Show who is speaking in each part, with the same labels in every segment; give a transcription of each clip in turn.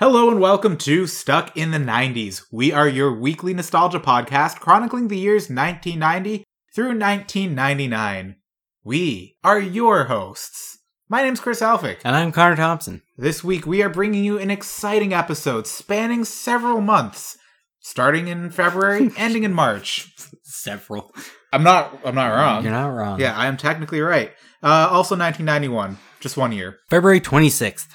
Speaker 1: Hello and welcome to Stuck in the 90s. We are your weekly nostalgia podcast chronicling the years 1990 through 1999. We are your hosts. My name's Chris Alphick.
Speaker 2: And I'm Connor Thompson.
Speaker 1: This week we are bringing you an exciting episode spanning several months, starting in February, ending in March.
Speaker 2: Several.
Speaker 1: I'm not I'm not wrong.
Speaker 2: You're not wrong.
Speaker 1: Yeah, I am technically right. Uh, also 1991, just one year.
Speaker 2: February 26th.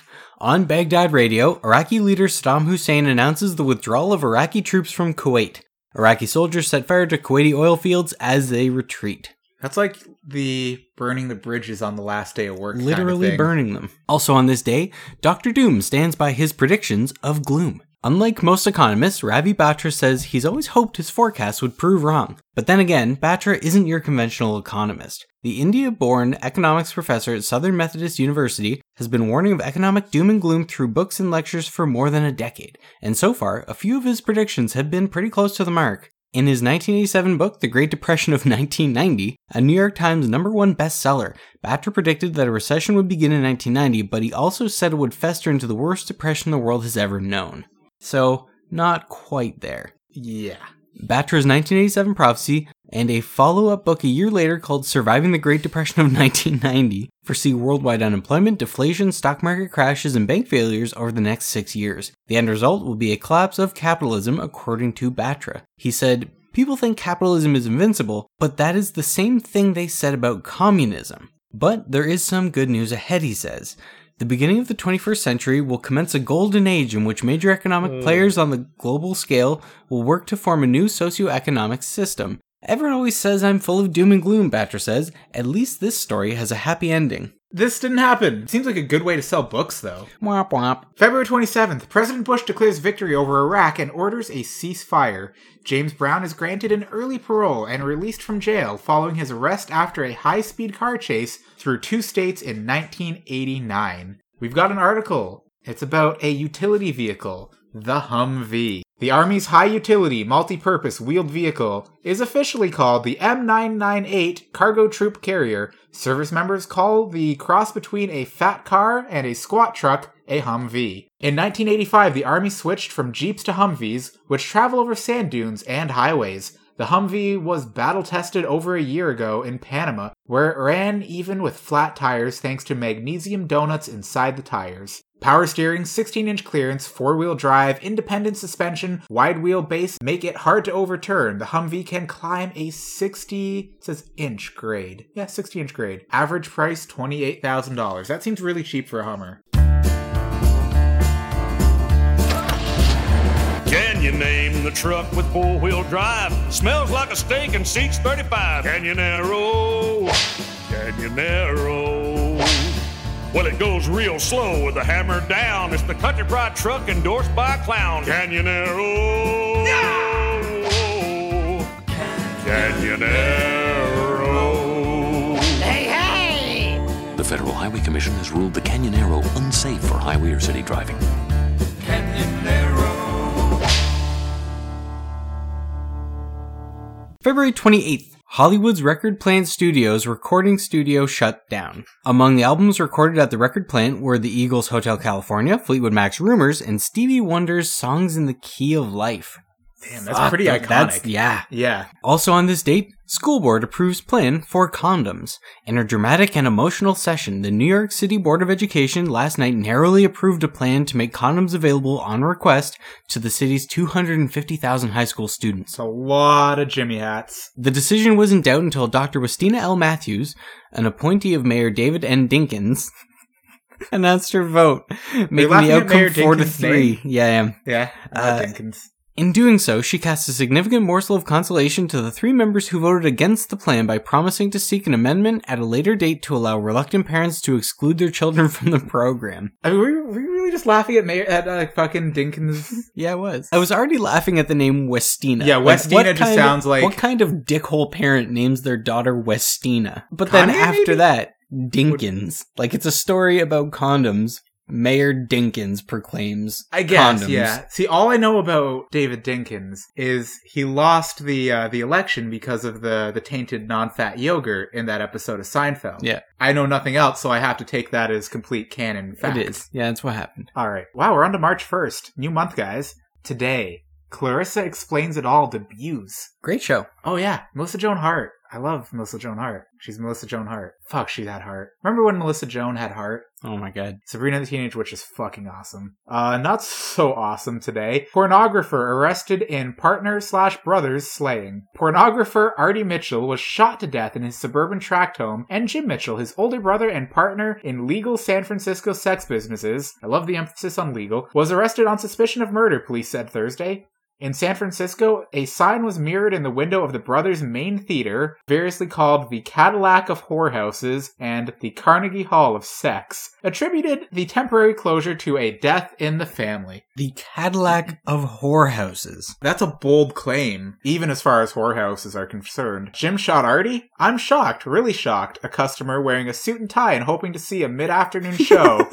Speaker 2: On Baghdad radio, Iraqi leader Saddam Hussein announces the withdrawal of Iraqi troops from Kuwait. Iraqi soldiers set fire to Kuwaiti oil fields as they retreat,
Speaker 1: That's like the burning the bridges on the last day of work. kind of
Speaker 2: literally
Speaker 1: thing.
Speaker 2: burning them. Also on this day, Dr. Doom stands by his predictions of gloom. Unlike most economists, Ravi Batra says he's always hoped his forecasts would prove wrong. But then again, Batra isn't your conventional economist. The India born economics professor at Southern Methodist University has been warning of economic doom and gloom through books and lectures for more than a decade, and so far, a few of his predictions have been pretty close to the mark. In his 1987 book, The Great Depression of 1990, a New York Times number one bestseller, Batra predicted that a recession would begin in 1990, but he also said it would fester into the worst depression the world has ever known. So, not quite there.
Speaker 1: Yeah.
Speaker 2: Batra's 1987 prophecy and a follow-up book a year later called Surviving the Great Depression of 1990 foresee worldwide unemployment, deflation, stock market crashes, and bank failures over the next six years. The end result will be a collapse of capitalism, according to Batra. He said, People think capitalism is invincible, but that is the same thing they said about communism. But there is some good news ahead, he says. The beginning of the 21st century will commence a golden age in which major economic
Speaker 1: Hmm.
Speaker 2: players on the global scale will work to form a new socioeconomic system. Everyone always says I'm full of doom and gloom, Batra says. At least this story has a happy ending.
Speaker 1: This didn't happen. Seems like a good way to sell books, though.
Speaker 2: Womp womp.
Speaker 1: February 27th, President Bush declares victory over Iraq and orders a ceasefire. James Brown is granted an early parole and released from jail following his arrest after a high speed car chase through two states in 1989. We've got an article. It's about a utility vehicle, the Humvee. The Army's high utility, multi purpose wheeled vehicle is officially called the M998 Cargo Troop Carrier. Service members call the cross between a fat car and a squat truck a Humvee. In 1985, the Army switched from Jeeps to Humvees, which travel over sand dunes and highways. The Humvee was battle tested over a year ago in Panama, where it ran even with flat tires thanks to magnesium donuts inside the tires. Power steering, 16 inch clearance, four wheel drive, independent suspension, wide wheelbase make it hard to overturn. The Humvee can climb a 60 it says inch grade. Yeah, 60 inch grade. Average price $28,000. That seems really cheap for a Hummer.
Speaker 3: Can you name the truck with four-wheel drive? Smells like a steak and seats 35. Can you narrow? Can you narrow? Well, it goes real slow with the hammer down. It's the country pride truck endorsed by a clown. Can you narrow? Can you narrow?
Speaker 4: The Federal Highway Commission has ruled the Canyon Arrow unsafe for highway or city driving.
Speaker 2: February 28th, Hollywood's Record Plant Studios recording studio shut down. Among the albums recorded at the record plant were The Eagles' Hotel California, Fleetwood Mac's Rumors, and Stevie Wonder's Songs in the Key of Life.
Speaker 1: Damn, that's pretty
Speaker 2: Fuck,
Speaker 1: iconic.
Speaker 2: that- that's- yeah.
Speaker 1: Yeah.
Speaker 2: Also on this date, school board approves plan for condoms. In a dramatic and emotional session, the New York City Board of Education last night narrowly approved a plan to make condoms available on request to the city's 250,000 high school students.
Speaker 1: It's a lot of Jimmy hats.
Speaker 2: The decision was in doubt until Dr. Westina L. Matthews, an appointee of Mayor David N. Dinkins, announced her vote, making
Speaker 1: laughing
Speaker 2: the
Speaker 1: at Mayor
Speaker 2: outcome four to
Speaker 1: Dinkins'
Speaker 2: three.
Speaker 1: name?
Speaker 2: Yeah, I am.
Speaker 1: Yeah.
Speaker 2: Uh,
Speaker 1: Dinkins.
Speaker 2: In doing so, she cast a significant morsel of consolation to the three members who voted against the plan by promising to seek an amendment at a later date to allow reluctant parents to exclude their children from the program.
Speaker 1: I mean, were you, were you really just laughing at Mayor at uh, fucking Dinkins?
Speaker 2: Yeah, it was. I was already laughing at the name Westina.
Speaker 1: Yeah,
Speaker 2: Like,
Speaker 1: Westina
Speaker 2: what
Speaker 1: just
Speaker 2: kind of-
Speaker 1: sounds like-
Speaker 2: what kind of dickhole parent names their daughter Westina? But
Speaker 1: Kanye,
Speaker 2: then after
Speaker 1: maybe?
Speaker 2: that, Dinkins. Like it's a story about condoms Mayor Dinkins proclaims
Speaker 1: I guess,
Speaker 2: condoms.
Speaker 1: yeah. See, all I know about David Dinkins is he lost the uh, the election because of the the tainted non-fat yogurt in that episode of Seinfeld.
Speaker 2: Yeah.
Speaker 1: I know nothing else, so I have to take that as complete canon fact.
Speaker 2: It is. Yeah, that's what happened.
Speaker 1: All right. Wow, we're on to March 1st. New month, guys. Today, Clarissa explains it all to Buse.
Speaker 2: Great show.
Speaker 1: Oh yeah, Melissa Joan Hart. I love Melissa Joan Hart. She's Melissa Joan Hart. Fuck, she had heart. Remember when Melissa Joan had heart?
Speaker 2: Oh my god.
Speaker 1: Sabrina the Teenage Witch is fucking awesome. Uh, not so awesome today. Pornographer arrested in partner slash brothers slaying. Pornographer Artie Mitchell was shot to death in his suburban tract home, and Jim Mitchell, his older brother and partner in legal San Francisco sex businesses, I love the emphasis on legal, was arrested on suspicion of murder, police said Thursday. In San Francisco, a sign was mirrored in the window of the brothers' main theater, variously called the Cadillac of Whorehouses and the Carnegie Hall of Sex, attributed the temporary closure to a death in the family.
Speaker 2: The Cadillac of whorehouses.
Speaker 1: That's a bold claim, even as far as whorehouses are concerned. Jim shot Artie? I'm shocked, really shocked. A customer wearing a suit and tie and hoping to see a mid afternoon show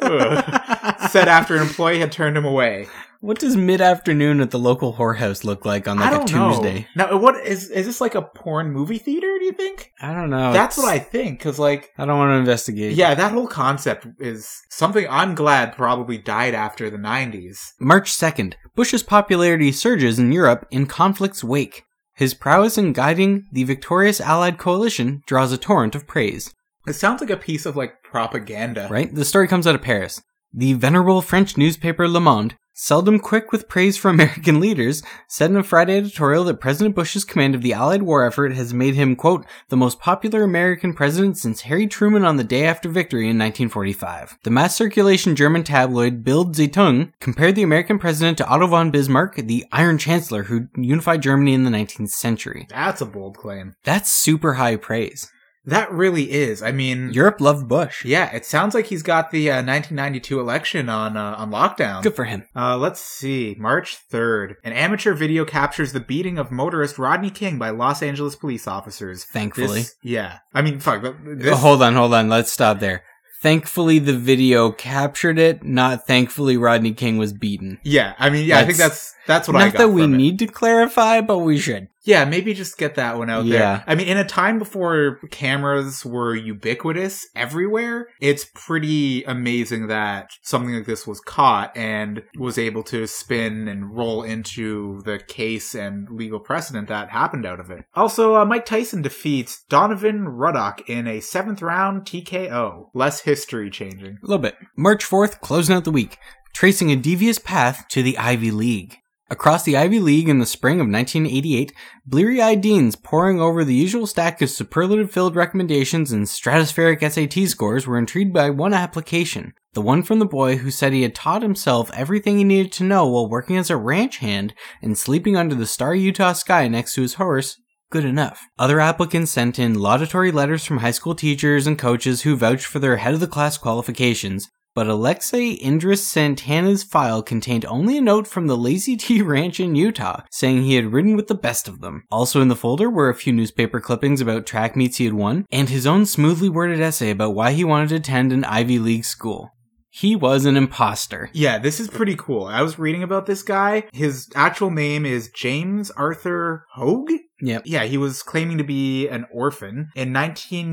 Speaker 1: Ugh. said after an employee had turned him away.
Speaker 2: What does mid afternoon at the local whorehouse look like on like
Speaker 1: I
Speaker 2: a
Speaker 1: don't know.
Speaker 2: Tuesday?
Speaker 1: Now, what is is this like a porn movie theater? Do you think?
Speaker 2: I don't know.
Speaker 1: That's
Speaker 2: Oh,
Speaker 1: what
Speaker 2: It's-
Speaker 1: I think. Because like,
Speaker 2: I don't want to investigate.
Speaker 1: yeah, that whole concept is something I'm glad probably died after the '90s.
Speaker 2: March 2nd, Bush's popularity surges in Europe in conflict's wake. His prowess in guiding the victorious Allied coalition draws a torrent of praise.
Speaker 1: It sounds like a piece of like propaganda.
Speaker 2: Right? The story comes out of Paris. The venerable French newspaper Le Monde, seldom quick with praise for American leaders, said in a Friday editorial that President Bush's command of the Allied war effort has made him, quote, the most popular American president since Harry Truman on the day after victory in 1945. The mass circulation German tabloid Bild Zeitung compared the American president to Otto von Bismarck, the Iron Chancellor who unified Germany in the 19th century.
Speaker 1: That's a bold claim.
Speaker 2: That's super high praise.
Speaker 1: That really is. I mean,
Speaker 2: Europe loved Bush.
Speaker 1: yeah, it sounds like he's got the uh, 1992 election on uh, on lockdown.
Speaker 2: Good for him.
Speaker 1: Uh, let's see. March 3rd. An amateur video captures the beating of motorist Rodney King by Los Angeles police officers.
Speaker 2: Thankfully.
Speaker 1: This- yeah. I mean, fuck. but This,
Speaker 2: Oh, hold on, hold on. Let's stop there. Thankfully, the video captured it. Not thankfully, Rodney King was beaten.
Speaker 1: Yeah, I mean, yeah, I think
Speaker 2: That's-
Speaker 1: that's that's what I
Speaker 2: Not
Speaker 1: got.
Speaker 2: that we
Speaker 1: from it.
Speaker 2: need to clarify, but we should.
Speaker 1: Yeah, maybe just get that one out
Speaker 2: Yeah.
Speaker 1: there. I mean, in a time before cameras were ubiquitous everywhere, it's pretty amazing that something like this was caught and was able to spin and roll into the case and legal precedent that happened out of it. Also, uh, Mike Tyson defeats Donovan Ruddock in a seventh round TKO. Less history changing.
Speaker 2: A little bit. March 4th, closing out the week, tracing a devious path to the Ivy League. Across the Ivy League in the spring of 1988, bleary eyed deans poring over the usual stack of superlative filled recommendations and stratospheric SAT scores were intrigued by one application. The one from the boy who said he had taught himself everything he needed to know while working as a ranch hand and sleeping under the star Utah sky next to his horse, good enough. Other applicants sent in laudatory letters from high school teachers and coaches who vouched for their head of the class qualifications, but Alexei Indris Santana's file contained only a note from the Lazy Tea Ranch in Utah saying he had ridden with the best of them. Also in the folder were a few newspaper clippings about track meets he had won, and his own smoothly worded essay about why he wanted to attend an Ivy League school. He was an imposter.
Speaker 1: Yeah, this is pretty cool. I was reading about this guy. His actual name is James Arthur Hogue.
Speaker 2: Yep.
Speaker 1: Yeah, he was claiming to be an orphan. In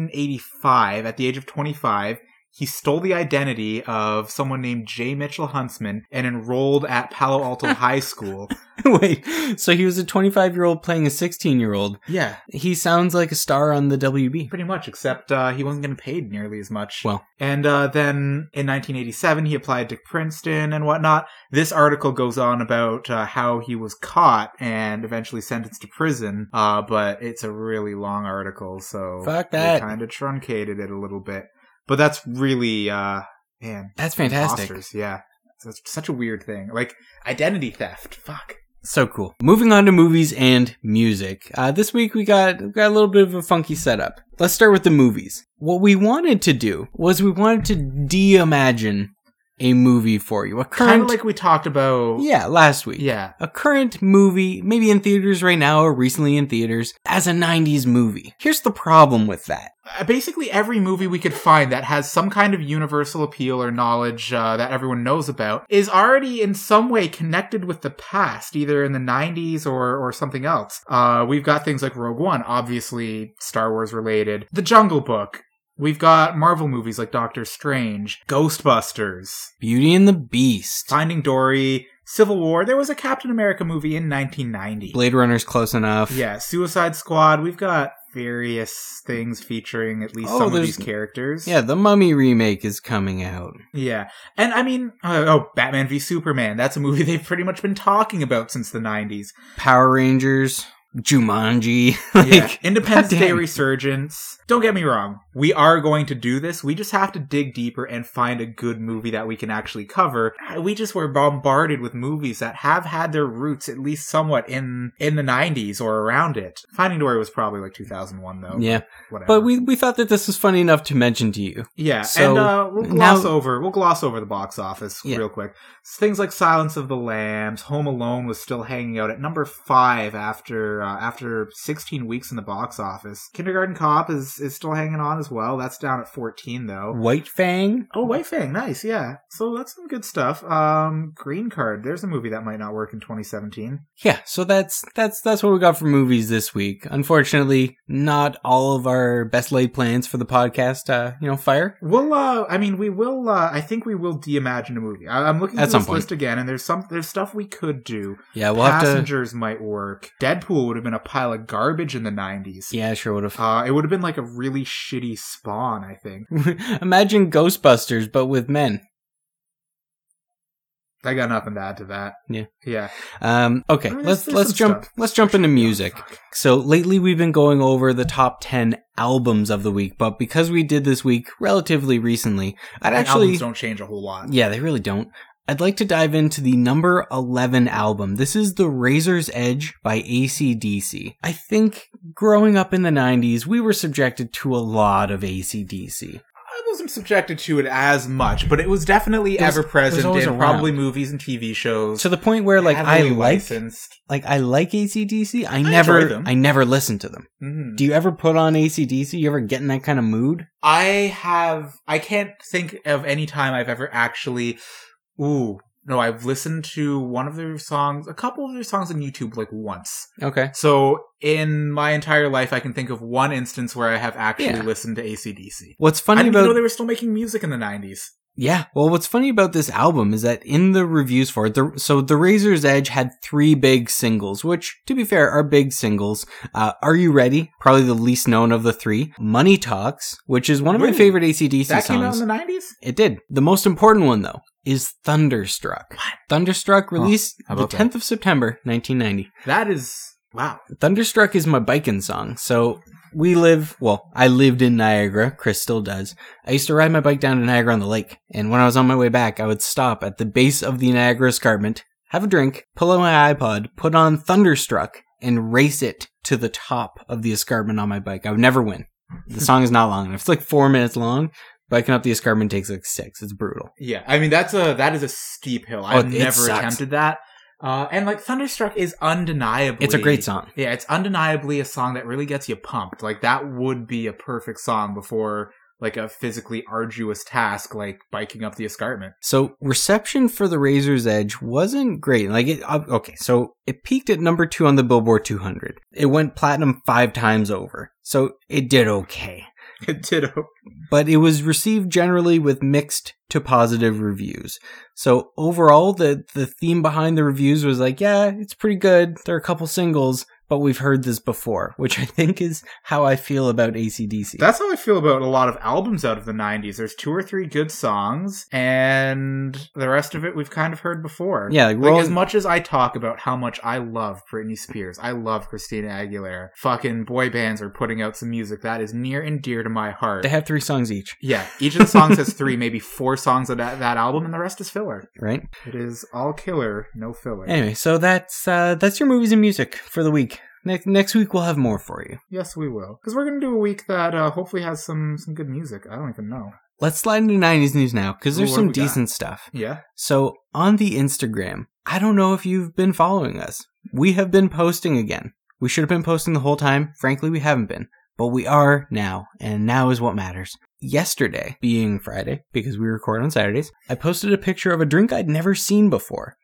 Speaker 1: 1985, at the age of 25, he stole the identity of someone named J. Mitchell Huntsman and enrolled at Palo Alto High School.
Speaker 2: Wait, so he was a 25 year old playing a 16 year old.
Speaker 1: Yeah,
Speaker 2: He sounds like a star on the WB.
Speaker 1: pretty much, except uh, he wasn't getting paid nearly as much.
Speaker 2: Well.
Speaker 1: and uh, then in 1987, he applied to Princeton and whatnot. This article goes on about uh, how he was caught and eventually sentenced to prison, uh, but it's a really long article, so
Speaker 2: Fuck that.
Speaker 1: kind of truncated it a little bit. But that's really, uh, man,
Speaker 2: That's fantastic.
Speaker 1: imposters, yeah. So it's such a weird thing, like identity theft. Fuck.
Speaker 2: So cool. Moving on to movies and music. Uh, this week we got we got a little bit of a funky setup. Let's start with the movies. What we wanted to do was we wanted to de-imagine a movie for you. A
Speaker 1: Kind of
Speaker 2: current,
Speaker 1: like we talked about.
Speaker 2: yeah, last week.
Speaker 1: Yeah.
Speaker 2: A current movie, maybe in theaters right now or recently in theaters, as a 90s movie. Here's the problem with that.
Speaker 1: Uh, Basically, every movie we could find that has some kind of universal appeal or knowledge uh, that everyone knows about is already in some way connected with the past, either in the 90s or, or something else. Uh, we've got things like Rogue One, obviously Star Wars related, The Jungle Book. We've got Marvel movies like Doctor Strange, Ghostbusters,
Speaker 2: Beauty and the Beast.
Speaker 1: Finding Dory, Civil War. There was a Captain America movie in 1990.
Speaker 2: Blade Runner's close enough.
Speaker 1: Yeah, Suicide Squad. We've got various things featuring at least
Speaker 2: Oh,
Speaker 1: some of
Speaker 2: there's-
Speaker 1: these characters.
Speaker 2: Yeah, the Mummy remake is coming out.
Speaker 1: yeah, and I mean, uh, oh, Batman v Superman. That's a movie they've pretty much been talking about since the '90s.
Speaker 2: Power Rangers, Jumanji.
Speaker 1: Yeah.
Speaker 2: like,
Speaker 1: Independence
Speaker 2: goddamn.
Speaker 1: Day resurgence. Don't get me wrong. We are going to do this. We just have to dig deeper and find a good movie that we can actually cover. Uh, We just were bombarded with movies that have had their roots at least somewhat in in the 90s or around it. Finding Dory was probably like 2001 though.
Speaker 2: yeah.
Speaker 1: Whatever.
Speaker 2: But we, we thought that this was funny enough to mention to you.
Speaker 1: Yeah,
Speaker 2: So,
Speaker 1: and uh, we'll gloss
Speaker 2: now-
Speaker 1: over we'll gloss over the box office
Speaker 2: Yeah.
Speaker 1: real quick. Things like Silence of the Lambs, Home Alone was still hanging out at number five after uh, after 16 weeks in the box office. Kindergarten Cop is is still hanging on as well. That's down at 14 though.
Speaker 2: White Fang?
Speaker 1: Oh, White Fang, nice, yeah. So that's some good stuff. Um, Green Card, there's a movie that might not work in 2017.
Speaker 2: Yeah, so that's that's that's what we got for movies this week. Unfortunately, not all of our best laid plans for the podcast uh, you know, fire.
Speaker 1: We'll, uh, I mean, we will. Uh, I think we will deimagine a movie. I- I'm looking
Speaker 2: At
Speaker 1: at
Speaker 2: some
Speaker 1: this
Speaker 2: point.
Speaker 1: list again, and there's some there's stuff we could do.
Speaker 2: Yeah, we'll have to
Speaker 1: passengers might work. Deadpool would have been a pile of garbage in the nineties.
Speaker 2: Yeah, sure would have.
Speaker 1: Uh, it would have been like a really shitty spawn, I think.
Speaker 2: Imagine Ghostbusters but with men.
Speaker 1: I got nothing to add to that.
Speaker 2: Yeah.
Speaker 1: Yeah.
Speaker 2: Um okay,
Speaker 1: I mean,
Speaker 2: let's
Speaker 1: there's-
Speaker 2: let's
Speaker 1: there's some
Speaker 2: jump
Speaker 1: stuff.
Speaker 2: let's jump into music. So lately we've been going over the top 10 albums of the week, but because we did this week relatively recently, I'd
Speaker 1: And
Speaker 2: actually
Speaker 1: albums don't change a whole lot.
Speaker 2: Yeah, they really don't. I'd like to dive into the number 11 album. This is The Razor's Edge by ACDC. I think growing up in the 90s, we were subjected to a lot of ACDC.
Speaker 1: I wasn't subjected to it as much, but it was definitely
Speaker 2: It was-
Speaker 1: ever
Speaker 2: it was
Speaker 1: present
Speaker 2: always
Speaker 1: in
Speaker 2: around.
Speaker 1: probably movies and TV shows.
Speaker 2: To the point where like I
Speaker 1: heavily
Speaker 2: like
Speaker 1: licensed.
Speaker 2: like I like ACDC. I, never
Speaker 1: them.
Speaker 2: I never listen to them.
Speaker 1: Mhm.
Speaker 2: Do you ever put on ACDC? You ever get in that kind of mood?
Speaker 1: I have. I can't think of any time I've ever actually. Ooh. No, I've listened to one of their songs, a couple of their songs on YouTube, like once.
Speaker 2: Okay.
Speaker 1: So in my entire life, I can think of one instance where I have actually
Speaker 2: Yeah.
Speaker 1: listened to ACDC.
Speaker 2: What's
Speaker 1: I
Speaker 2: funny
Speaker 1: didn't
Speaker 2: about
Speaker 1: even know they were still making music in the 90s.
Speaker 2: Yeah. Well, what's funny about this album is that in the reviews for it, the, so The Razor's Edge had three big singles, which, to be fair, are big singles. Uh, are You Ready? Probably the least known of the three. Money Talks, which is one of my
Speaker 1: Really?
Speaker 2: favorite ACDC
Speaker 1: That came out
Speaker 2: songs.
Speaker 1: in the 90s?
Speaker 2: it did. The most important one, though, is Thunderstruck. Thunderstruck released
Speaker 1: how
Speaker 2: the
Speaker 1: about that?
Speaker 2: 10th of September, 1990.
Speaker 1: That is. Wow.
Speaker 2: Thunderstruck is my biking song. So we live, well, I lived in Niagara. Chris still does. I used to ride my bike down to Niagara on the lake. And when I was on my way back, I would stop at the base of the Niagara escarpment, have a drink, pull out my iPod, put on Thunderstruck, and race it to the top of the escarpment on my bike. I would never win. The song is not long enough. It's like four minutes long. Biking up the escarpment takes like six. It's brutal.
Speaker 1: Yeah. I mean, that's a that is a steep hill.
Speaker 2: Oh,
Speaker 1: I've
Speaker 2: it
Speaker 1: never
Speaker 2: sucks.
Speaker 1: attempted that. Uh, and like Thunderstruck is undeniably.
Speaker 2: It's a great song.
Speaker 1: Yeah, it's undeniably a song that really gets you pumped. Like that would be a perfect song before like a physically arduous task like biking up the escarpment.
Speaker 2: So reception for the Razor's Edge wasn't great. Like it, uh, okay, so it peaked at number two on the Billboard 200. It went platinum five times over, so it did okay.
Speaker 1: Ditto.
Speaker 2: But it was received generally with mixed to positive reviews. So overall, the the theme behind the reviews was like, yeah, it's pretty good. There are a couple singles, but we've heard this before, which I think is how I feel about ACDC.
Speaker 1: That's how I feel about a lot of albums out of the 90s. There's two or three good songs, and the rest of it we've kind of heard before.
Speaker 2: Yeah, like
Speaker 1: Like,
Speaker 2: Rolling-
Speaker 1: as much as I talk about how much I love Britney Spears, I love Christina Aguilera, fucking boy bands are putting out some music that is near and dear to my heart.
Speaker 2: they have three songs each,
Speaker 1: yeah, each of the songs has three, maybe four songs of that, that album, and the rest is filler.
Speaker 2: right?
Speaker 1: It is all killer, no filler.
Speaker 2: Anyway, so that's uh, that's your movies and music for the week. Next next week we'll have more for you.
Speaker 1: yes, we will. Because we're going to do a week that uh, hopefully has some, some good music. I don't even know.
Speaker 2: Let's slide into 90s news now because
Speaker 1: Ooh,
Speaker 2: there's
Speaker 1: what
Speaker 2: some
Speaker 1: do we got?
Speaker 2: decent stuff.
Speaker 1: Yeah.
Speaker 2: So on the Instagram, I don't know if you've been following us. We have been posting again. We should have been posting the whole time. Frankly, we haven't been, but we are now, and now is what matters. Yesterday, being Friday, because we record on Saturdays, I posted a picture of a drink I'd never seen before.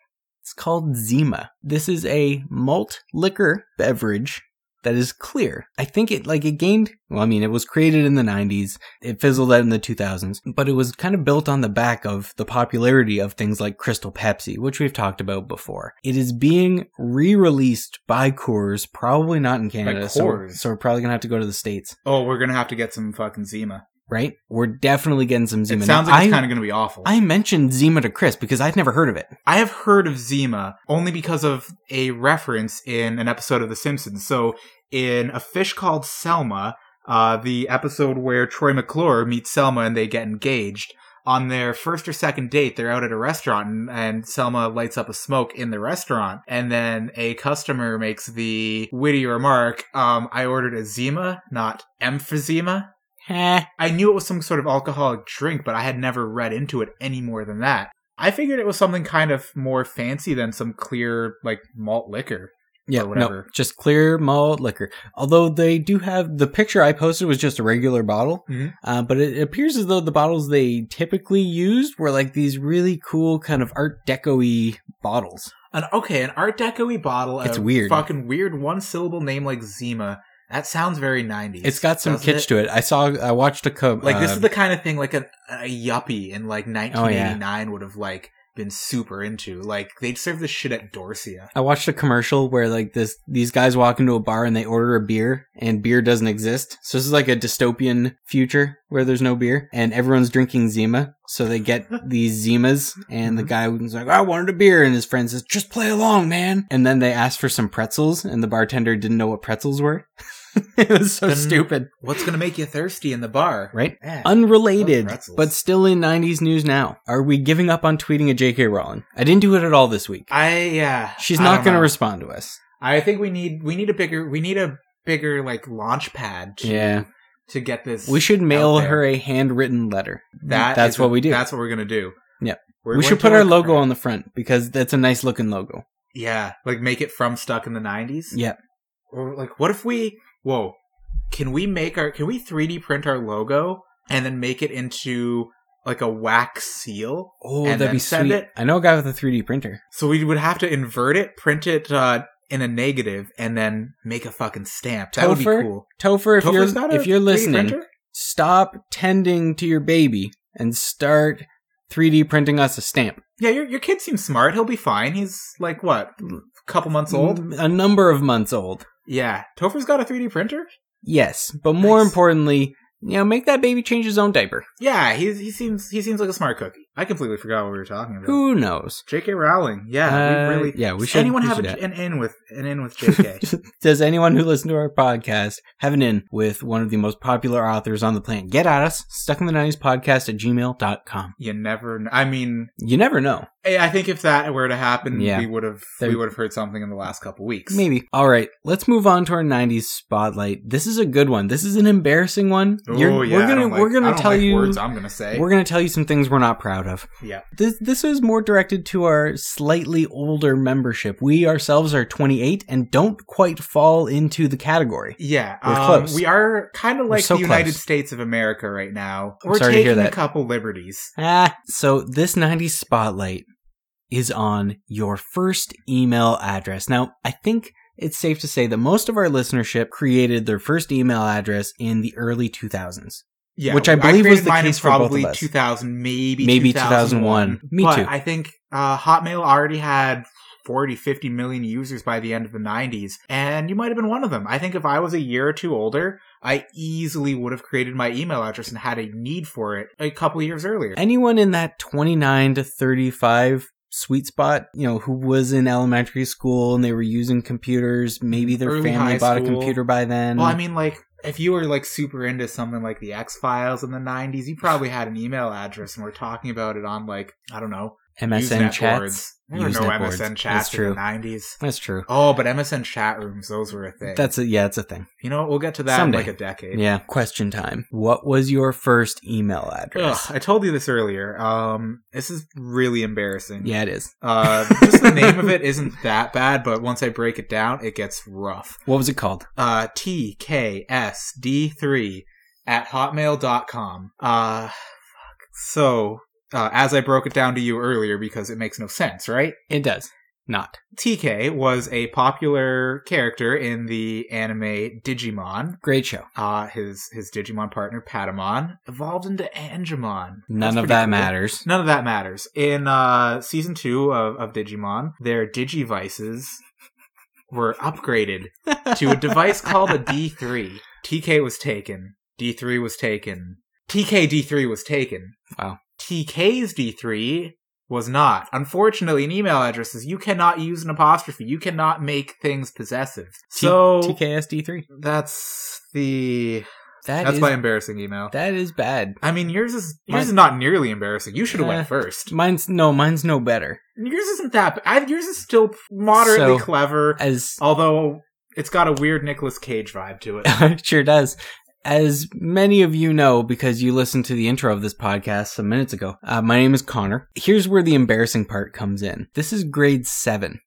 Speaker 2: It's called Zima. This is a malt liquor beverage that is clear. I think it like it gained, well I mean it was created in the 90s, it fizzled out in the 2000s, but it was kind of built on the back of the popularity of things like Crystal Pepsi, which we've talked about before. It is being re-released by Coors, probably not in Canada, so-
Speaker 1: Coors.
Speaker 2: so we're probably going to have to go to the states,
Speaker 1: Oh, we're gonna have to get some fucking Zima.
Speaker 2: right? We're definitely getting some Zima.
Speaker 1: It
Speaker 2: Now,
Speaker 1: sounds like
Speaker 2: I,
Speaker 1: it's kind of gonna be awful.
Speaker 2: I mentioned Zima to Chris because I'd never heard of it.
Speaker 1: I have heard of Zima only because of a reference in an episode of The Simpsons. So, in A Fish Called Selma, uh, the episode where Troy McClure meets Selma and they get engaged, on their first or second date, they're out at a restaurant and, and Selma lights up a smoke in the restaurant. And then a customer makes the witty remark, um, I ordered a Zima, not emphysema.
Speaker 2: Heh.
Speaker 1: I knew it was some sort of alcoholic drink, but I had never read into it any more than that. I figured it was something kind of more fancy than some clear, like, malt liquor.
Speaker 2: Yeah,
Speaker 1: or whatever.
Speaker 2: No, just clear malt liquor. Although they do have the picture I posted was just a regular bottle,
Speaker 1: Mhm.
Speaker 2: uh, but it appears as though the bottles they typically used were like these really cool kind of Art Deco-y bottles.
Speaker 1: An okay, an Art Deco bottle.
Speaker 2: It's
Speaker 1: a
Speaker 2: weird.
Speaker 1: Fucking weird one syllable name like Zima. That sounds very nineties.
Speaker 2: It's got some kitsch to it. I saw, I watched a co-
Speaker 1: Like this
Speaker 2: uh,
Speaker 1: is the kind of thing like a, a yuppie in
Speaker 2: Oh,
Speaker 1: like 1989 would have like been super into. Like they'd serve this shit at Dorsia.
Speaker 2: I watched a commercial where like this these guys walk into a bar and they order a beer and beer doesn't exist. So this is like a dystopian future where there's no beer and everyone's drinking Zima. So they get these Zimas and
Speaker 1: Mm-hmm.
Speaker 2: the guy was like, I wanted a beer and his friend says, Just play along, man And then they asked for some pretzels and the bartender didn't know what pretzels were. it was so
Speaker 1: Then-
Speaker 2: stupid.
Speaker 1: What's gonna make you thirsty in the bar? Eh.
Speaker 2: Right?
Speaker 1: Yeah.
Speaker 2: Unrelated,
Speaker 1: Those pretzels.
Speaker 2: but still in 90s news now. Are we giving up on tweeting at JK Rowling? I didn't do it at all this week.
Speaker 1: I yeah.
Speaker 2: She's
Speaker 1: I
Speaker 2: not
Speaker 1: don't
Speaker 2: going to
Speaker 1: know.
Speaker 2: respond to us.
Speaker 1: I think we need we need a bigger we need a bigger like launch pad to,
Speaker 2: Yeah.
Speaker 1: to get this.
Speaker 2: We should mail
Speaker 1: out there.
Speaker 2: her a handwritten letter.
Speaker 1: That
Speaker 2: that's
Speaker 1: is-
Speaker 2: what we do.
Speaker 1: That's what we're gonna do.
Speaker 2: Yep.
Speaker 1: We're
Speaker 2: We
Speaker 1: going
Speaker 2: should
Speaker 1: to
Speaker 2: put our
Speaker 1: work
Speaker 2: logo
Speaker 1: for it.
Speaker 2: on the front because that's a nice looking logo.
Speaker 1: Yeah, like make it from stuck in the nineties.
Speaker 2: Yeah.
Speaker 1: Or like, what if we? Whoa, can we make our? Can we three D print our logo and then make it into like a wax seal?
Speaker 2: Oh,
Speaker 1: And
Speaker 2: that'd
Speaker 1: then
Speaker 2: be
Speaker 1: send
Speaker 2: sweet.
Speaker 1: it?
Speaker 2: I know a guy with a 3D printer.
Speaker 1: So we would have to invert it, print it uh, in a negative, and then make a fucking stamp. That would be
Speaker 2: Topher?
Speaker 1: cool.
Speaker 2: Topher, if
Speaker 1: Topher's
Speaker 2: you're
Speaker 1: got a
Speaker 2: if you're
Speaker 1: 3D
Speaker 2: listening,
Speaker 1: printer?
Speaker 2: stop tending to your baby and start 3D printing us a stamp.
Speaker 1: yeah, your your kid seems smart. He'll be fine. He's like what, a couple months old?
Speaker 2: M- A number of months old.
Speaker 1: Yeah, Topher's got a three D printer.
Speaker 2: Yes, but more
Speaker 1: Nice.
Speaker 2: importantly, you know, make that baby change his own diaper.
Speaker 1: Yeah, he he seems he seems like a smart cookie. I completely forgot what we were talking about.
Speaker 2: Who knows?
Speaker 1: J.K. Rowling. Yeah,
Speaker 2: Uh,
Speaker 1: we really.
Speaker 2: yeah, we
Speaker 1: Does
Speaker 2: should-
Speaker 1: Anyone
Speaker 2: we
Speaker 1: have
Speaker 2: should
Speaker 1: a-
Speaker 2: add-
Speaker 1: an in with an in with J.K.
Speaker 2: Does anyone who listens to our podcast have an in with one of the most popular authors on the planet? Get at us, stuck in the 90s podcast at gmail.com.
Speaker 1: you never. kn- I mean,
Speaker 2: You never know.
Speaker 1: I I think if that were to happen,
Speaker 2: Yeah.
Speaker 1: we would have
Speaker 2: There-
Speaker 1: we would have heard something in the last couple weeks.
Speaker 2: Maybe. All right, let's move on to our 90s spotlight. This is a good one. This is an embarrassing one.
Speaker 1: Oh
Speaker 2: You're-
Speaker 1: yeah,
Speaker 2: we're
Speaker 1: I
Speaker 2: gonna
Speaker 1: don't like-
Speaker 2: we're
Speaker 1: I
Speaker 2: gonna
Speaker 1: don't
Speaker 2: tell
Speaker 1: like
Speaker 2: you
Speaker 1: words. I'm gonna say.
Speaker 2: we're gonna tell you some things we're not proud of.
Speaker 1: yeah,
Speaker 2: This this is more directed to our slightly older membership. We ourselves are 28 and don't quite fall into the category.
Speaker 1: yeah.
Speaker 2: We're
Speaker 1: um,
Speaker 2: close.
Speaker 1: We are kind of like
Speaker 2: so
Speaker 1: the United
Speaker 2: close.
Speaker 1: States of America right now.
Speaker 2: I'm
Speaker 1: We're
Speaker 2: sorry to
Speaker 1: taking
Speaker 2: hear
Speaker 1: a
Speaker 2: that.
Speaker 1: couple liberties.
Speaker 2: Ah, so this 90s spotlight is on your first email address. Now, I think it's safe to say that most of our listenership created their first email address in the early 2000s.
Speaker 1: Yeah,
Speaker 2: Which I believe was
Speaker 1: created
Speaker 2: the
Speaker 1: mine in
Speaker 2: case for both of
Speaker 1: probably
Speaker 2: us.
Speaker 1: 2000, maybe
Speaker 2: Maybe
Speaker 1: 2001.
Speaker 2: 2001. Me
Speaker 1: But
Speaker 2: too.
Speaker 1: I think uh, Hotmail already had 40, 50 million users by the end of the 90s, and you might have been one of them. I think if I was a year or two older, I easily would have created my email address and had a need for it a couple years earlier.
Speaker 2: Anyone in that 29 to 35 sweet spot, you know, who was in elementary school and they were using computers, maybe their
Speaker 1: Early high
Speaker 2: family bought a
Speaker 1: school.
Speaker 2: computer by then.
Speaker 1: well, I mean, like, if you were like super into something like the X Files in the 90s, you probably had an email address, and we're talking about it on like, I don't know,
Speaker 2: MSN
Speaker 1: Usenet
Speaker 2: chats.
Speaker 1: boards. There were no
Speaker 2: Usenet boards.
Speaker 1: MSN chats
Speaker 2: That's
Speaker 1: in the
Speaker 2: true.
Speaker 1: 90s.
Speaker 2: That's true.
Speaker 1: Oh, but MSN chat rooms, those were a thing.
Speaker 2: That's a, yeah, it's a thing.
Speaker 1: you know what? We'll get to that
Speaker 2: Someday.
Speaker 1: in like a decade.
Speaker 2: Yeah. Question time. What was your first email
Speaker 1: Ugh,
Speaker 2: address?
Speaker 1: I told you this earlier. Um, this is really embarrassing.
Speaker 2: Yeah, it is.
Speaker 1: Uh, just the name of it isn't that bad, but once I break it down, it gets rough.
Speaker 2: What was it called?
Speaker 1: Uh, TKSD3 at hotmail.com. Uh, fuck. So, uh, as I broke it down to you earlier, because it makes no sense, right?
Speaker 2: It does. Not.
Speaker 1: TK was a popular character in the anime Digimon.
Speaker 2: Great show.
Speaker 1: Uh, his his Digimon partner Patamon evolved into Angemon.
Speaker 2: None
Speaker 1: That's
Speaker 2: of
Speaker 1: pretty
Speaker 2: that
Speaker 1: cool.
Speaker 2: matters.
Speaker 1: None of that matters. In uh, season two of, of Digimon, their Digivices were upgraded to a device called a D3. TK was taken. D3 was taken. TK D3 was taken.
Speaker 2: Wow.
Speaker 1: TK's D3 was not. Unfortunately, in email addresses, you cannot use an apostrophe. You cannot make things possessive.
Speaker 2: T-
Speaker 1: So
Speaker 2: TKSD3.
Speaker 1: that's the
Speaker 2: That
Speaker 1: that's
Speaker 2: is,
Speaker 1: my embarrassing email.
Speaker 2: that is bad.
Speaker 1: I mean, yours is yours
Speaker 2: Mine-
Speaker 1: is not nearly embarrassing. You should have
Speaker 2: Uh,
Speaker 1: went first.
Speaker 2: Mine's no, mine's no better.
Speaker 1: Yours isn't that. b- I, yours is still moderately
Speaker 2: So-
Speaker 1: clever,
Speaker 2: As
Speaker 1: although it's got a weird Nicolas Cage vibe to it.
Speaker 2: it sure does. As many of you know, because you listened to the intro of this podcast some minutes ago, uh, my name is Connor. Here's where the embarrassing part comes in. This is grade seven.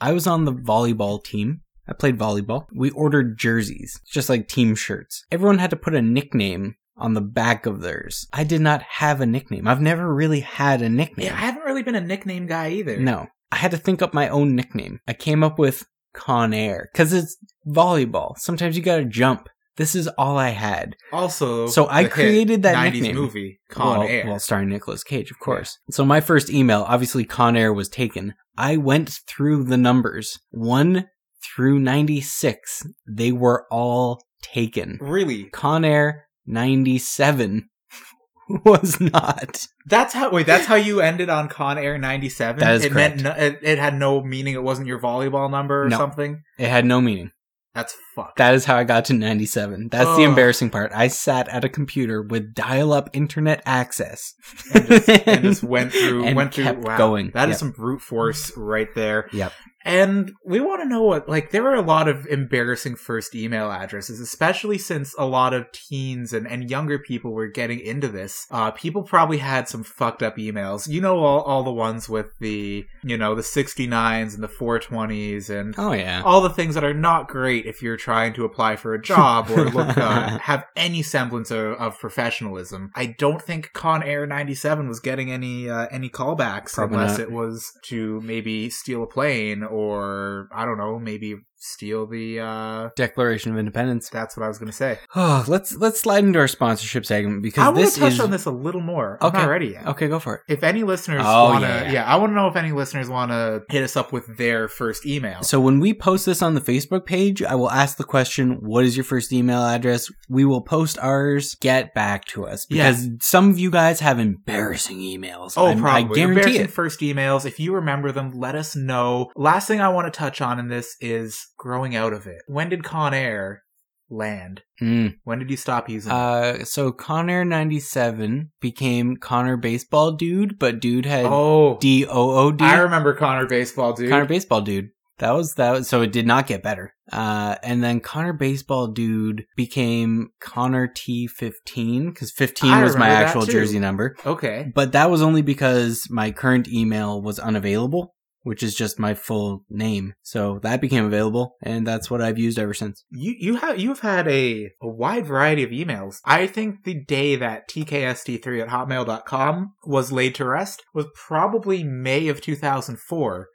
Speaker 2: I was on the volleyball team. I played volleyball. We ordered jerseys, just like team shirts. Everyone had to put a nickname on the back of theirs. I did not have a nickname. I've never really had a nickname.
Speaker 1: yeah, I haven't really been a nickname guy either.
Speaker 2: No. I had to think up my own nickname. I came up with Con Air because it's volleyball. Sometimes you gotta jump. This is all I had.
Speaker 1: Also,
Speaker 2: So I
Speaker 1: the hit
Speaker 2: created that
Speaker 1: 90s
Speaker 2: nickname.
Speaker 1: movie Con
Speaker 2: well,
Speaker 1: Air.
Speaker 2: well, starring Nicolas Cage, of course. So my first email, obviously Con Air was taken. I went through the numbers one through ninety-six. They were all taken.
Speaker 1: really,
Speaker 2: Con Air ninety-seven was not.
Speaker 1: that's how. Wait, that's how you ended on Con Air '97.
Speaker 2: That is
Speaker 1: it meant no, it, it had no meaning. It wasn't your volleyball number or
Speaker 2: No.
Speaker 1: something.
Speaker 2: It had no meaning.
Speaker 1: That's fucked.
Speaker 2: That is how I got to 97. That's the
Speaker 1: Ugh.
Speaker 2: embarrassing part. I sat at a computer with dial-up internet access
Speaker 1: and just, and just went through
Speaker 2: and
Speaker 1: went through
Speaker 2: kept
Speaker 1: wow,
Speaker 2: going.
Speaker 1: That is
Speaker 2: Yep.
Speaker 1: some brute force right there.
Speaker 2: Yep.
Speaker 1: And we want to know what like there are a lot of embarrassing first email addresses, especially since a lot of teens and, and younger people were getting into this. Uh, people probably had some fucked up emails. You know all all the ones with the you know the sixty nines and the four twenties and
Speaker 2: Oh yeah.
Speaker 1: all the things that are not great if you're trying to apply for a job or look uh, have any semblance of, of professionalism. I don't think Con Air '97 was getting any uh, any callbacks
Speaker 2: Probably
Speaker 1: unless
Speaker 2: not.
Speaker 1: it was to maybe steal a plane or I don't know, maybe steal the. Uh,
Speaker 2: Declaration of Independence.
Speaker 1: that's what I was going to say.
Speaker 2: Oh, let's let's slide into our sponsorship segment because
Speaker 1: I want
Speaker 2: this
Speaker 1: to touch
Speaker 2: is
Speaker 1: on this a little more. I'm
Speaker 2: Okay.
Speaker 1: not ready yet.
Speaker 2: Okay, go for it.
Speaker 1: If any listeners
Speaker 2: Oh,
Speaker 1: want to,
Speaker 2: yeah, yeah.
Speaker 1: yeah, I want to know if any listeners want to hit us up with their first email.
Speaker 2: So when we post this on the Facebook page, I will ask the question, what is your first email address? We will post ours. Get back to us
Speaker 1: Yeah.
Speaker 2: because some of you guys have embarrassing emails.
Speaker 1: Oh,
Speaker 2: I'm-
Speaker 1: probably.
Speaker 2: I guarantee
Speaker 1: Embarrassing
Speaker 2: it.
Speaker 1: first emails. If you remember them, let us know. Last thing I want to touch on in this is growing out of it. When did Con Air land?
Speaker 2: Mm.
Speaker 1: When did you stop using it?
Speaker 2: Uh, so Connor ninety seven became Connor baseball dude, but dude had
Speaker 1: Oh,
Speaker 2: D O O D.
Speaker 1: I remember Connor Baseball, dude.
Speaker 2: Connor baseball dude. That was that. Was, so it did not get better. Uh, and then Connor baseball dude became Connor T fifteen because fifteen
Speaker 1: I
Speaker 2: was my
Speaker 1: remember that
Speaker 2: actual
Speaker 1: too.
Speaker 2: jersey number.
Speaker 1: okay.
Speaker 2: But that was only because my current email was unavailable, which is just my full name. So that became available, and that's what I've used ever since.
Speaker 1: You you have you've had a, a wide variety of emails. I think the day that TKSD3 at hotmail.com was laid to rest was probably May of 2004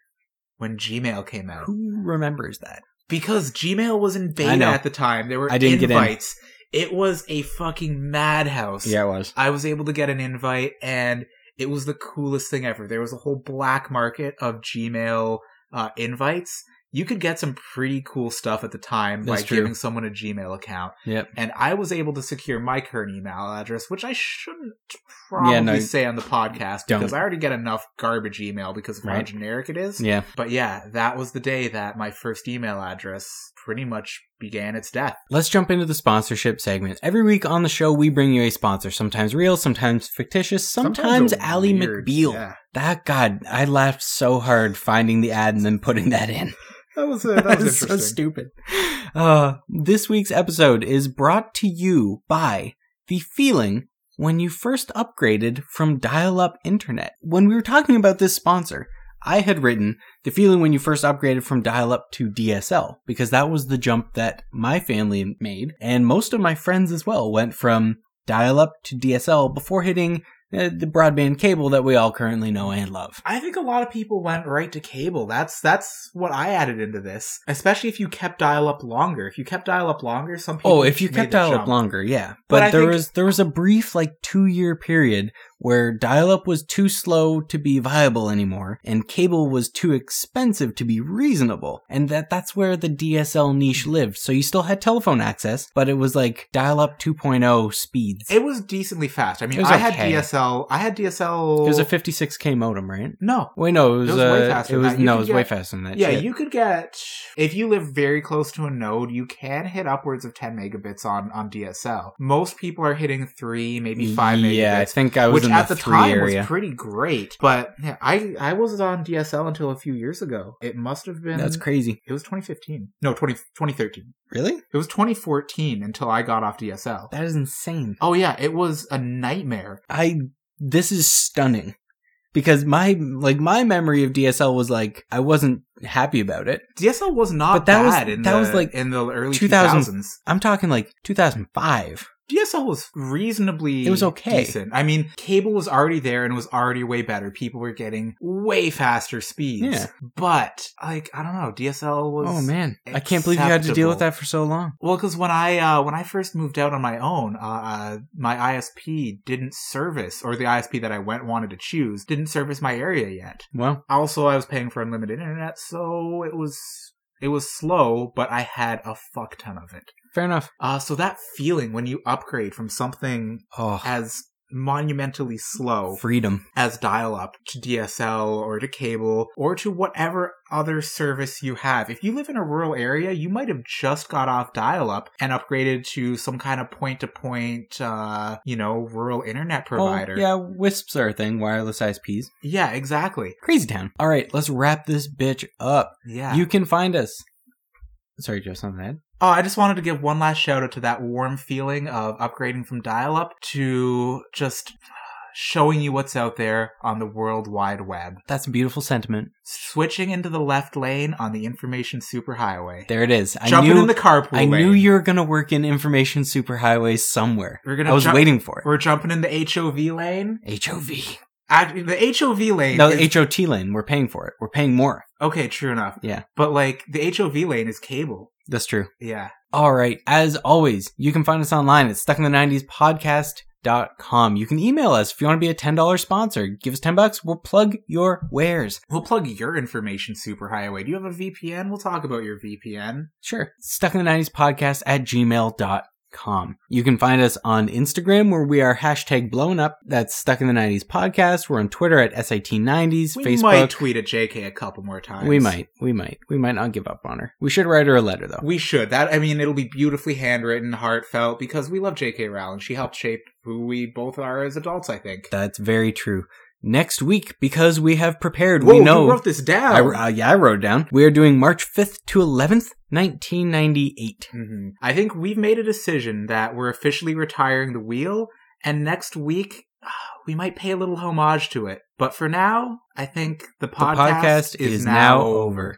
Speaker 1: when Gmail came out.
Speaker 2: Who remembers that?
Speaker 1: because Gmail was in
Speaker 2: I
Speaker 1: beta
Speaker 2: know.
Speaker 1: at the time. There were
Speaker 2: I didn't get in.
Speaker 1: invites. It was a fucking madhouse.
Speaker 2: it was.
Speaker 1: I was able to get an invite and it was the coolest thing ever. There was a whole black market of Gmail uh, invites. You could get some pretty cool stuff at the time
Speaker 2: That's
Speaker 1: by
Speaker 2: true.
Speaker 1: giving someone a Gmail account.
Speaker 2: Yep.
Speaker 1: And I was able to secure my current email address, which I shouldn't probably
Speaker 2: Yeah, no,
Speaker 1: say on the podcast
Speaker 2: don't.
Speaker 1: because I already get enough garbage email because of how
Speaker 2: Right.
Speaker 1: generic it is.
Speaker 2: Yeah.
Speaker 1: But yeah, that was the day that my first email address pretty much began its death.
Speaker 2: Let's jump into the sponsorship segment. Every week on the show, we bring you a sponsor, sometimes real, sometimes fictitious, sometimes,
Speaker 1: a
Speaker 2: Ally
Speaker 1: weird-
Speaker 2: McBeal.
Speaker 1: yeah.
Speaker 2: That God, I laughed so hard finding the ad and then putting that in.
Speaker 1: That was, uh, that was
Speaker 2: That's so
Speaker 1: interesting.
Speaker 2: stupid. Uh, this week's episode is brought to you by the feeling when you first upgraded from dial up internet. When we were talking about this sponsor, I had written the feeling when you first upgraded from dial up to DSL because that was the jump that my family made and most of my friends as well went from dial up to DSL before hitting uh, the broadband cable that we all currently know and love.
Speaker 1: I think a lot of people went right to cable. That's that's what I added into this. Especially if you kept dial up longer. If you kept dial up longer, some people
Speaker 2: Oh, if you
Speaker 1: made
Speaker 2: kept
Speaker 1: the
Speaker 2: dial up
Speaker 1: jump.
Speaker 2: longer, yeah.
Speaker 1: But
Speaker 2: But,
Speaker 1: I
Speaker 2: there
Speaker 1: think-
Speaker 2: was there was a brief like two year period where dial up was too slow to be viable anymore, and cable was too expensive to be reasonable. And that that's where the DSL niche lived. So you still had telephone access, but it was like dial up 2.0 speeds. It,
Speaker 1: It was decently fast. I mean,
Speaker 2: It was
Speaker 1: I had
Speaker 2: okay.
Speaker 1: DSL. I had DSL.
Speaker 2: was a 56k modem, right?
Speaker 1: no.
Speaker 2: Wait, no, it was,
Speaker 1: was way
Speaker 2: uh,
Speaker 1: faster
Speaker 2: It
Speaker 1: than
Speaker 2: was
Speaker 1: that. You
Speaker 2: no,
Speaker 1: could
Speaker 2: it was way
Speaker 1: get-
Speaker 2: faster than that.
Speaker 1: Yeah,
Speaker 2: shit.
Speaker 1: you could get if you live very close to a node, you can hit upwards of 10 megabits on on DSL. Most people are hitting three, maybe five megabits.
Speaker 2: Yeah, I think I was
Speaker 1: which
Speaker 2: in
Speaker 1: at
Speaker 2: the,
Speaker 1: the
Speaker 2: three
Speaker 1: time
Speaker 2: area.
Speaker 1: was pretty great, but yeah, I I wasn't on DSL until a few years ago. It must have been
Speaker 2: That's crazy.
Speaker 1: It was 2015. No, 20, 2013.
Speaker 2: Really?
Speaker 1: It was 2014 until I got off DSL.
Speaker 2: That is insane.
Speaker 1: Oh yeah, it was a nightmare.
Speaker 2: I this is stunning because my like my memory of DSL was like I wasn't happy about it.
Speaker 1: DSL was not
Speaker 2: But that was-
Speaker 1: bad in
Speaker 2: that
Speaker 1: the,
Speaker 2: was, like,
Speaker 1: in the early
Speaker 2: 2000.
Speaker 1: 2000s.
Speaker 2: I'm talking like 2005.
Speaker 1: DSL was reasonably
Speaker 2: It was okay.
Speaker 1: Decent. I mean, cable was already there and was already way better. People were getting way faster speeds.
Speaker 2: Yeah.
Speaker 1: But like, I don't know, DSL was
Speaker 2: Oh man, I can't believe you had to deal with
Speaker 1: acceptable.
Speaker 2: that for so long.
Speaker 1: Well, because when I uh, when I first moved out on my own, uh, uh, my ISP didn't service, or the ISP that I went wanted to choose didn't service my area yet.
Speaker 2: Well,
Speaker 1: Also, I was paying for unlimited internet, so it was it was slow, but I had a fuck ton of it.
Speaker 2: fair enough.
Speaker 1: Uh, so that feeling when you upgrade from something
Speaker 2: Oh,
Speaker 1: as monumentally slow
Speaker 2: freedom. Oh,
Speaker 1: as dial up to DSL or to cable or to whatever other service you have. If you live in a rural area, you might have just got off dial up and upgraded to some kind of point to point, uh, you know, rural internet provider.
Speaker 2: Oh, yeah, wisps are a thing. Wireless ISPs.
Speaker 1: Yeah, exactly.
Speaker 2: Crazy town. All right, let's wrap this bitch up.
Speaker 1: Yeah.
Speaker 2: You can find us. Sorry, Joe, something to add?
Speaker 1: oh, I just wanted to give one last shout out to that warm feeling of upgrading from dial up to just showing you what's out there on the World Wide Web.
Speaker 2: That's a beautiful sentiment.
Speaker 1: Switching into the left lane on the information superhighway.
Speaker 2: There it is. I
Speaker 1: Jumping
Speaker 2: knew.
Speaker 1: in the carpool
Speaker 2: I
Speaker 1: lane.
Speaker 2: knew you were gonna work in information superhighways somewhere.
Speaker 1: We're gonna
Speaker 2: I was
Speaker 1: jump-
Speaker 2: waiting for it.
Speaker 1: We're jumping in the HOV lane.
Speaker 2: HOV.
Speaker 1: Actually, the HOV lane.
Speaker 2: No,
Speaker 1: is-
Speaker 2: the HOT lane. We're paying for it. We're paying more.
Speaker 1: okay, true enough.
Speaker 2: Yeah.
Speaker 1: But like the HOV lane is cable.
Speaker 2: That's true.
Speaker 1: Yeah.
Speaker 2: All right. As always, you can find us online at stuck in the 90s podcast.com. You can email us if you want to be a $10 sponsor. Give us 10 bucks. We'll plug your wares.
Speaker 1: We'll plug your information superhighway. Do you have a VPN? We'll talk about your VPN.
Speaker 2: Sure. Stuck in the 90s podcast at gmail.com. You can find us on Instagram where we are hashtag blown up. That's stuck in the 90s podcast. We're on Twitter at SIT90s,
Speaker 1: We
Speaker 2: Facebook.
Speaker 1: might tweet at JK a couple more times.
Speaker 2: we might. We might. We might not give up on her. We should write her a letter though.
Speaker 1: We should. That I mean, it'll be beautifully handwritten, heartfelt, because we love JK Rowling. She helped shape who we both are as adults. I think.
Speaker 2: That's very true. Next week, because we have prepared,
Speaker 1: Whoa,
Speaker 2: we know.
Speaker 1: you wrote this down.
Speaker 2: I, uh, yeah, I wrote it down. We are doing March 5th to 11th, 1998.
Speaker 1: hmm I think we've made a decision that we're officially retiring the wheel, and next week uh, we might pay a little homage to it. But for now, I think the podcast,
Speaker 2: the podcast is, now over.